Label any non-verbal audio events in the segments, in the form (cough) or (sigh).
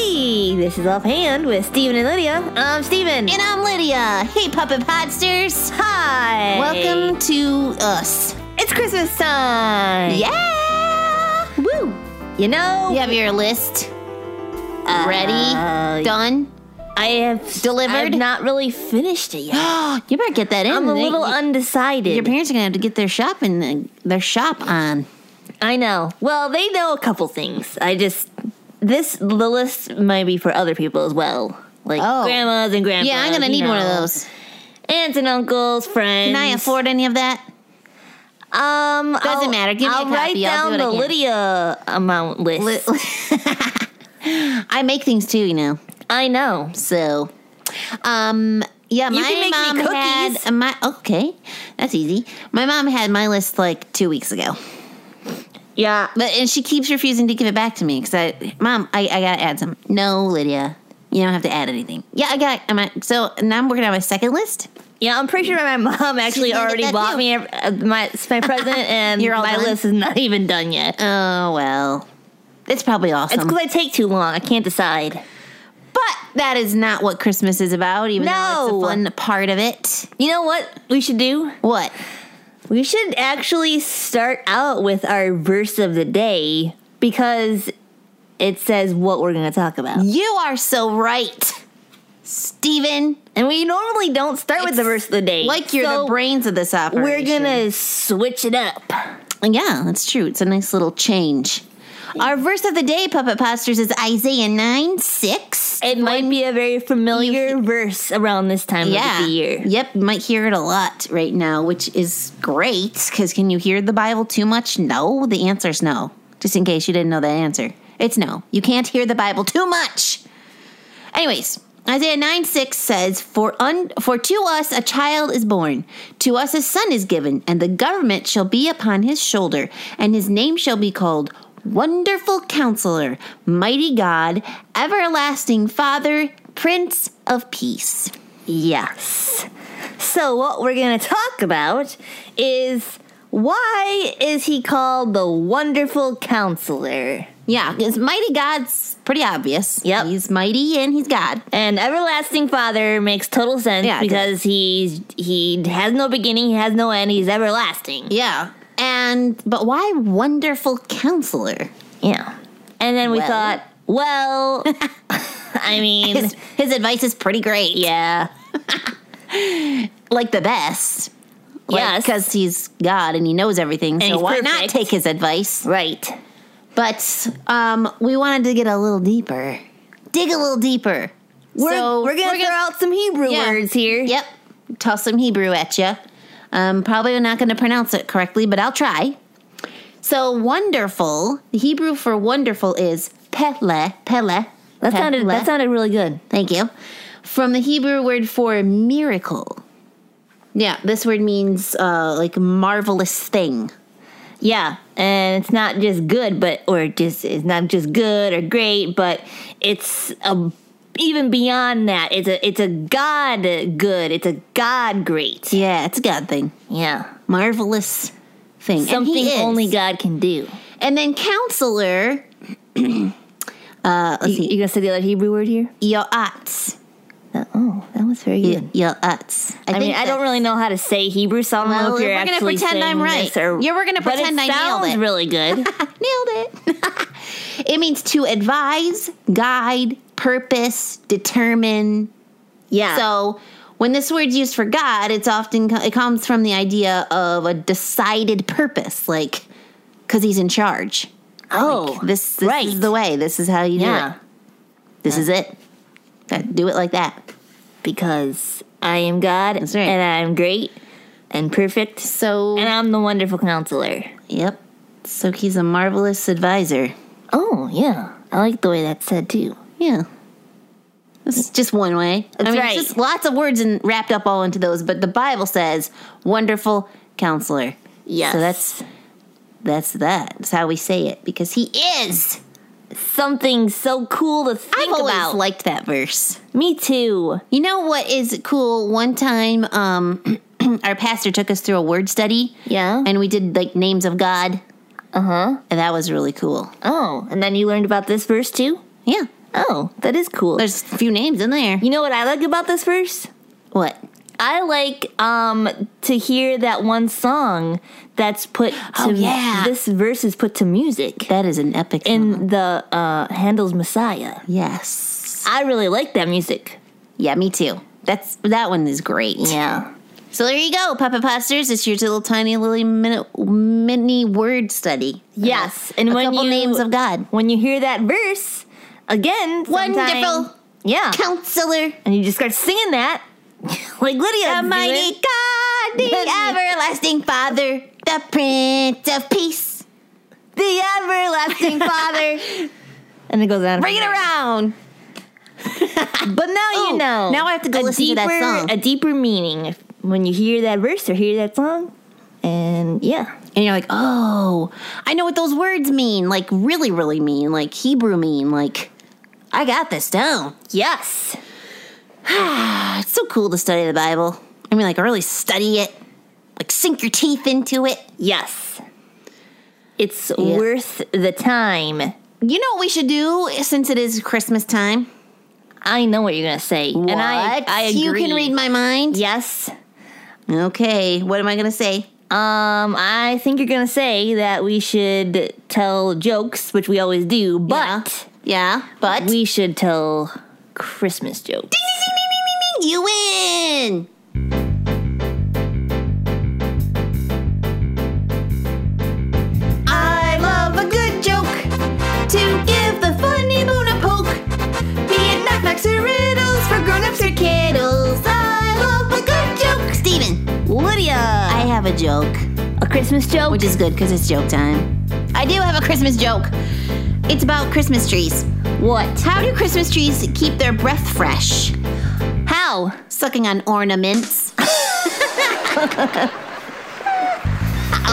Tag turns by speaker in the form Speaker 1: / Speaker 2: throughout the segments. Speaker 1: This is Offhand with Steven and Lydia. I'm Steven.
Speaker 2: And I'm Lydia. Hey, Puppet Podsters.
Speaker 1: Hi.
Speaker 2: Welcome to us.
Speaker 1: It's Christmas time.
Speaker 2: Yeah. Woo.
Speaker 1: You know,
Speaker 2: You have your list
Speaker 1: uh, (gasps)
Speaker 2: ready, done.
Speaker 1: I have
Speaker 2: Delivered?
Speaker 1: I've not really finished it
Speaker 2: (gasps)
Speaker 1: yet.
Speaker 2: you better get that in.
Speaker 1: I'm a
Speaker 2: They-
Speaker 1: little undecided.
Speaker 2: your parents are gonna have to get their shopping, uh, their shop on.
Speaker 1: I know. Well, they know a couple things. I just this the list might be for other people as well, like
Speaker 2: Oh.
Speaker 1: grandmas and grandpas.
Speaker 2: Yeah, I'm gonna
Speaker 1: you
Speaker 2: need one of
Speaker 1: know.
Speaker 2: those.
Speaker 1: Aunts and uncles, friends.
Speaker 2: Can I afford any of that?
Speaker 1: Um,
Speaker 2: Doesn't
Speaker 1: I'll-
Speaker 2: matter. Give me a
Speaker 1: I'll write
Speaker 2: copy. I'll
Speaker 1: down
Speaker 2: do
Speaker 1: the
Speaker 2: what I can.
Speaker 1: Lydia amount list. (laughs)
Speaker 2: Li- (laughs) I make things too, you know.
Speaker 1: I know.
Speaker 2: So, um, yeah, my
Speaker 1: You can make me
Speaker 2: mom
Speaker 1: cookies.
Speaker 2: had my okay. That's easy. My mom had my list like two weeks ago,
Speaker 1: Yeah.
Speaker 2: but and she keeps refusing to give it back to me because I, mom, I, I gotta add some. No, Lydia, you don't have to add anything. Yeah, I got. I'm at, so now I'm working on my second list.
Speaker 1: Yeah, I'm pretty sure my (laughs) mom actually
Speaker 2: gonna get
Speaker 1: already
Speaker 2: that
Speaker 1: bought
Speaker 2: too.
Speaker 1: me a- uh, my
Speaker 2: (laughs)
Speaker 1: my present, and
Speaker 2: You're all
Speaker 1: my
Speaker 2: done?
Speaker 1: list is not (laughs) even done yet.
Speaker 2: Oh well, it's probably awesome.
Speaker 1: It's because I take too long. I can't decide.
Speaker 2: but that is not what Christmas is about. Even though
Speaker 1: No.
Speaker 2: it's a fun part of it.
Speaker 1: You know what we should do?
Speaker 2: What?
Speaker 1: We should actually start out with our verse of the day because it says what we're going to talk about.
Speaker 2: You are so right, Steven.
Speaker 1: And we normally don't start with the verse of the day.
Speaker 2: Like you're
Speaker 1: so
Speaker 2: the brains of this operation.
Speaker 1: We're going to switch it up.
Speaker 2: Yeah, that's true. It's a nice little change. Our verse of the day, Puppet Posters, is Isaiah 9 6.
Speaker 1: It might be a very familiar verse around this time
Speaker 2: Yeah.
Speaker 1: of the year.
Speaker 2: Yep, you might hear it a lot right now, which is great because can you hear the Bible too much? No. The answer's no. Just in case you didn't know the answer, it's no. You can't hear the Bible too much. Anyways, Isaiah 9 6 says, for, un- for to us a child is born, to us a son is given, and the government shall be upon his shoulder, and his name shall be called Wonderful Counselor, Mighty God, Everlasting Father, Prince of Peace.
Speaker 1: Yes. So, what we're going to talk about is why is he called the Wonderful Counselor?
Speaker 2: Yeah, because mighty God's pretty obvious.
Speaker 1: Yep.
Speaker 2: He's mighty and he's God.
Speaker 1: And everlasting Father makes total sense
Speaker 2: Yeah, it
Speaker 1: because he's he has no beginning, he has no end, he's everlasting.
Speaker 2: Yeah. And but why wonderful counselor?
Speaker 1: Yeah. And then we
Speaker 2: Well.
Speaker 1: thought,
Speaker 2: (laughs)
Speaker 1: well, I mean,
Speaker 2: His his advice is pretty great.
Speaker 1: yeah,
Speaker 2: Like the best. Like,
Speaker 1: Yes.
Speaker 2: Because he's God and he knows everything. so
Speaker 1: he's
Speaker 2: why not
Speaker 1: perfect.
Speaker 2: take his advice?
Speaker 1: right.
Speaker 2: But um we wanted to get a little deeper. Dig a little deeper.
Speaker 1: We're,
Speaker 2: So,
Speaker 1: we're gonna throw out some Hebrew
Speaker 2: Yeah.
Speaker 1: words here.
Speaker 2: Yep. Toss some Hebrew at you. Um, probably not going to pronounce it correctly, but I'll try. So wonderful. The Hebrew for wonderful is pele. Pele.
Speaker 1: That sounded that sounded really good.
Speaker 2: Thank you. From the Hebrew word for miracle. Yeah, this word means uh, like marvelous thing.
Speaker 1: Yeah, and it's not just good, but or just it's not just good or great, but it's a even beyond that. It's a it's a God good. It's a God great.
Speaker 2: Yeah, it's a God thing.
Speaker 1: Yeah,
Speaker 2: Marvelous thing. And he
Speaker 1: something
Speaker 2: is.
Speaker 1: only God can do.
Speaker 2: And then counselor. uh, let's
Speaker 1: You,
Speaker 2: see.
Speaker 1: you gonna say the other Hebrew word here?
Speaker 2: Yoatz.
Speaker 1: Oh, that was very
Speaker 2: Y-
Speaker 1: good.
Speaker 2: Yoatz.
Speaker 1: I, mean, I
Speaker 2: that's-
Speaker 1: don't really know how to say Hebrew, so I don't know
Speaker 2: Well,
Speaker 1: if you're
Speaker 2: we're gonna
Speaker 1: actually
Speaker 2: pretend
Speaker 1: saying
Speaker 2: I'm right.
Speaker 1: this or-
Speaker 2: Yeah, we're gonna
Speaker 1: but
Speaker 2: pretend I nailed
Speaker 1: it.
Speaker 2: it.
Speaker 1: sounds really
Speaker 2: (laughs)
Speaker 1: good. (laughs)
Speaker 2: Nailed it. (laughs) it means to advise, guide, purpose, determine.
Speaker 1: yeah.
Speaker 2: So when this word's used for God, it's often it comes from the idea of a decided purpose, like because He's in charge.
Speaker 1: oh,
Speaker 2: This, this
Speaker 1: right.
Speaker 2: is the way. This is how you
Speaker 1: yeah,
Speaker 2: do it. This is it. That- Do it like that.
Speaker 1: because I am God
Speaker 2: That's right.
Speaker 1: and I am great and perfect,
Speaker 2: So
Speaker 1: and I'm the wonderful counselor.
Speaker 2: yep. So He's a marvelous advisor.
Speaker 1: Oh yeah, I like the way that's said too.
Speaker 2: Yeah. This is just one way.
Speaker 1: That's
Speaker 2: I mean,
Speaker 1: right.
Speaker 2: it's just lots of words and wrapped up all into those, but the Bible says wonderful counselor.
Speaker 1: Yes.
Speaker 2: So that's that's that. That's how we say it because he is.
Speaker 1: Something so cool to think
Speaker 2: I've always
Speaker 1: about.
Speaker 2: liked that verse.
Speaker 1: Me too.
Speaker 2: You know what is cool? One time um (clears throat) our pastor took us through a word study
Speaker 1: Yeah.
Speaker 2: and we did like names of God.
Speaker 1: Uh huh.
Speaker 2: Uh-huh. And that was really cool.
Speaker 1: Oh, and then you learned about this verse too.
Speaker 2: Yeah.
Speaker 1: Oh, that is cool.
Speaker 2: There's a few names in there.
Speaker 1: you know what I like about this verse?
Speaker 2: What?
Speaker 1: I like um to hear that one song that's put to
Speaker 2: Oh, yeah. Uh-huh.
Speaker 1: this verse is put to music
Speaker 2: That is an epic. song.
Speaker 1: in the uh Handel's Messiah.
Speaker 2: yes.
Speaker 1: I really like that music.
Speaker 2: Yeah, me too. That's that one is great.
Speaker 1: Yeah.
Speaker 2: So there you go, Puppet Posters. It's your little tiny little minute, mini word study.
Speaker 1: Yes, and
Speaker 2: a
Speaker 1: when
Speaker 2: couple
Speaker 1: you-
Speaker 2: names of God.
Speaker 1: When you hear that verse again, sometime-
Speaker 2: Wonderful.
Speaker 1: Yeah.
Speaker 2: Counselor,
Speaker 1: And you just start singing that (laughs) like Lydia.
Speaker 2: the mighty God, the everlasting Father, the Prince of Peace.
Speaker 1: the (laughs) everlasting Father. and it goes on.
Speaker 2: Bring it around.
Speaker 1: But now
Speaker 2: Ooh,
Speaker 1: you know.
Speaker 2: now I have to go
Speaker 1: a
Speaker 2: listen to that
Speaker 1: deeper-
Speaker 2: song.
Speaker 1: A deeper meaning when you hear that verse or hear that song. And yeah.
Speaker 2: And you're like, oh, I know what those words mean. Like, really, really mean. Like, Hebrew mean. Like, I got this down.
Speaker 1: Yes.
Speaker 2: (sighs) It's so cool to study the Bible. I mean, like, really study it. Like, sink your teeth into it.
Speaker 1: Yes. It's worth the time.
Speaker 2: You know what we should do since it is Christmas time?
Speaker 1: I know what you're gonna say, and I, I agree.
Speaker 2: You can read my mind.
Speaker 1: Yes.
Speaker 2: Okay, what am I gonna say?
Speaker 1: Um, I think you're gonna say that we should tell jokes, which we always do, but
Speaker 2: Yeah, but
Speaker 1: we should tell Christmas jokes.
Speaker 2: you win. I love a good joke to give the funny bone a poke. Be it knock-knocks or riddles for grown-ups or kiddles. I love a good joke. Steven,
Speaker 1: Lydia,
Speaker 2: I have a joke.
Speaker 1: a Christmas joke.
Speaker 2: which is good because it's joke time. I do have a Christmas joke. It's about Christmas trees.
Speaker 1: what?
Speaker 2: How do Christmas trees keep their breath fresh?
Speaker 1: How?
Speaker 2: Sucking on ornaments.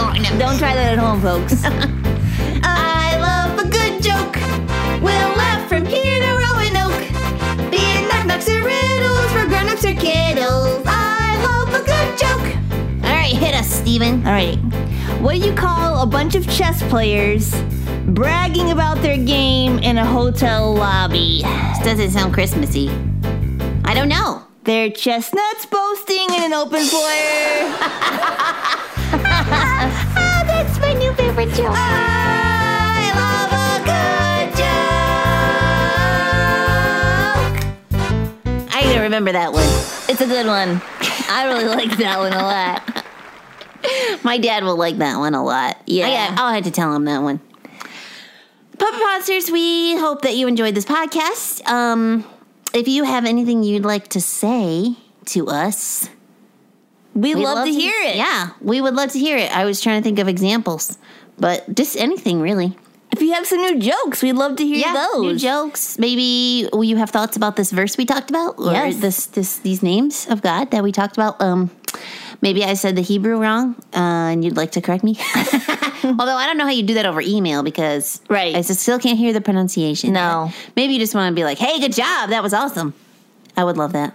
Speaker 2: Ornaments.
Speaker 1: Don't try that at home,
Speaker 2: (laughs)
Speaker 1: folks.
Speaker 2: I love a good joke. We'll laugh from here to Roanoke. Be it knock-knocks or riddles for grown-ups or kiddles. I love a good joke. All right, hit us, Steven.
Speaker 1: All right. What do you call a bunch of chess players bragging about their game in a hotel lobby?
Speaker 2: This doesn't sound Christmassy. I don't know.
Speaker 1: Their chestnuts boasting in an open foyer.
Speaker 2: Ah, that's my new favorite joke. I love a good joke. I gotta remember that one.
Speaker 1: It's a good one. I really like that one a lot.
Speaker 2: My dad will like that one a lot.
Speaker 1: Yeah.
Speaker 2: I will have to tell him that one. Puppet Monsters, we hope that you enjoyed this podcast. Um, if you have anything you'd like to say to us,
Speaker 1: We,
Speaker 2: We'd
Speaker 1: love, to hear it.
Speaker 2: Yeah, we would love to hear it. I was trying to think of examples, but just anything really.
Speaker 1: If you have some new jokes, we'd love to hear those.
Speaker 2: new jokes. Maybe will you have thoughts about this verse we talked about, or
Speaker 1: Yes.
Speaker 2: this this these names of God that we talked about. Um, maybe I said the Hebrew wrong, uh, and you'd like to correct me. (laughs) Although I don't know how you do that over email because
Speaker 1: Right.
Speaker 2: I just still can't hear the pronunciation.
Speaker 1: No.
Speaker 2: maybe you just want to be like, "Hey, good job, that was awesome." I would love that.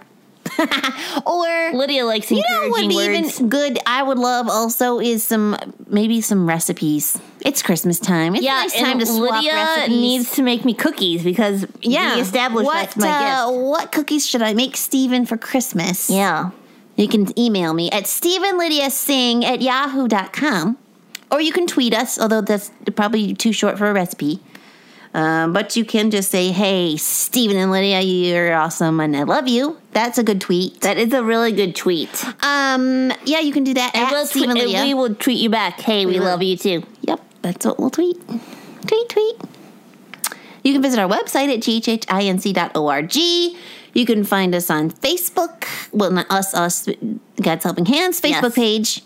Speaker 2: (laughs) or
Speaker 1: Lydia likes
Speaker 2: you know
Speaker 1: encouraging
Speaker 2: what would be
Speaker 1: words.
Speaker 2: even good? I would love also is some maybe some recipes. It's Christmas time. It's
Speaker 1: yeah,
Speaker 2: a nice time
Speaker 1: and
Speaker 2: to swap
Speaker 1: Lydia
Speaker 2: recipes.
Speaker 1: needs to make me cookies because
Speaker 2: yeah.
Speaker 1: we established
Speaker 2: what,
Speaker 1: that's my
Speaker 2: uh,
Speaker 1: gift.
Speaker 2: What cookies should I make Steven for Christmas?
Speaker 1: Yeah.
Speaker 2: You can email me at StephenLydiaSing at yahoo.com or you can tweet us, although that's probably too short for a recipe. Um, but you can just say, hey, Steven and Lydia, you're awesome and I love you. That's a good tweet.
Speaker 1: That is a really good tweet.
Speaker 2: Um, yeah, you can do that at
Speaker 1: And we'll
Speaker 2: Steven
Speaker 1: tweet- and
Speaker 2: Lydia.
Speaker 1: we will tweet you back. Hey, we,
Speaker 2: will.
Speaker 1: love you too.
Speaker 2: Yep, that's what we'll tweet. Tweet, tweet. You can visit our website at ghhinc.org. You can find us on Facebook. Well, not us, us, God's Helping Hands Facebook
Speaker 1: Yes.
Speaker 2: page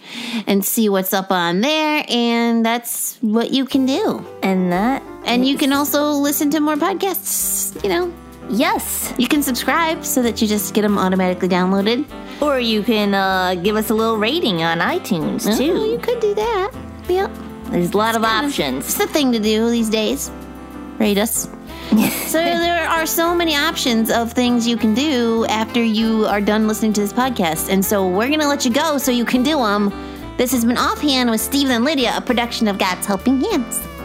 Speaker 2: and see what's up on there. And that's what you can do.
Speaker 1: And that,
Speaker 2: And you can also listen to more podcasts. You know,
Speaker 1: yes.
Speaker 2: you can subscribe so that you just get them automatically downloaded.
Speaker 1: Or you can uh, give us a little rating on iTunes
Speaker 2: Oh, you
Speaker 1: too.
Speaker 2: could do that. Yep.
Speaker 1: There's a lot of
Speaker 2: It's
Speaker 1: options.
Speaker 2: the thing to do these days. Rate us. So there are so many options of things you can do after you are done listening to this podcast. And so we're going to let you go so you can do them. This has been Offhand with Steven and Lydia, a production of God's Helping Hands.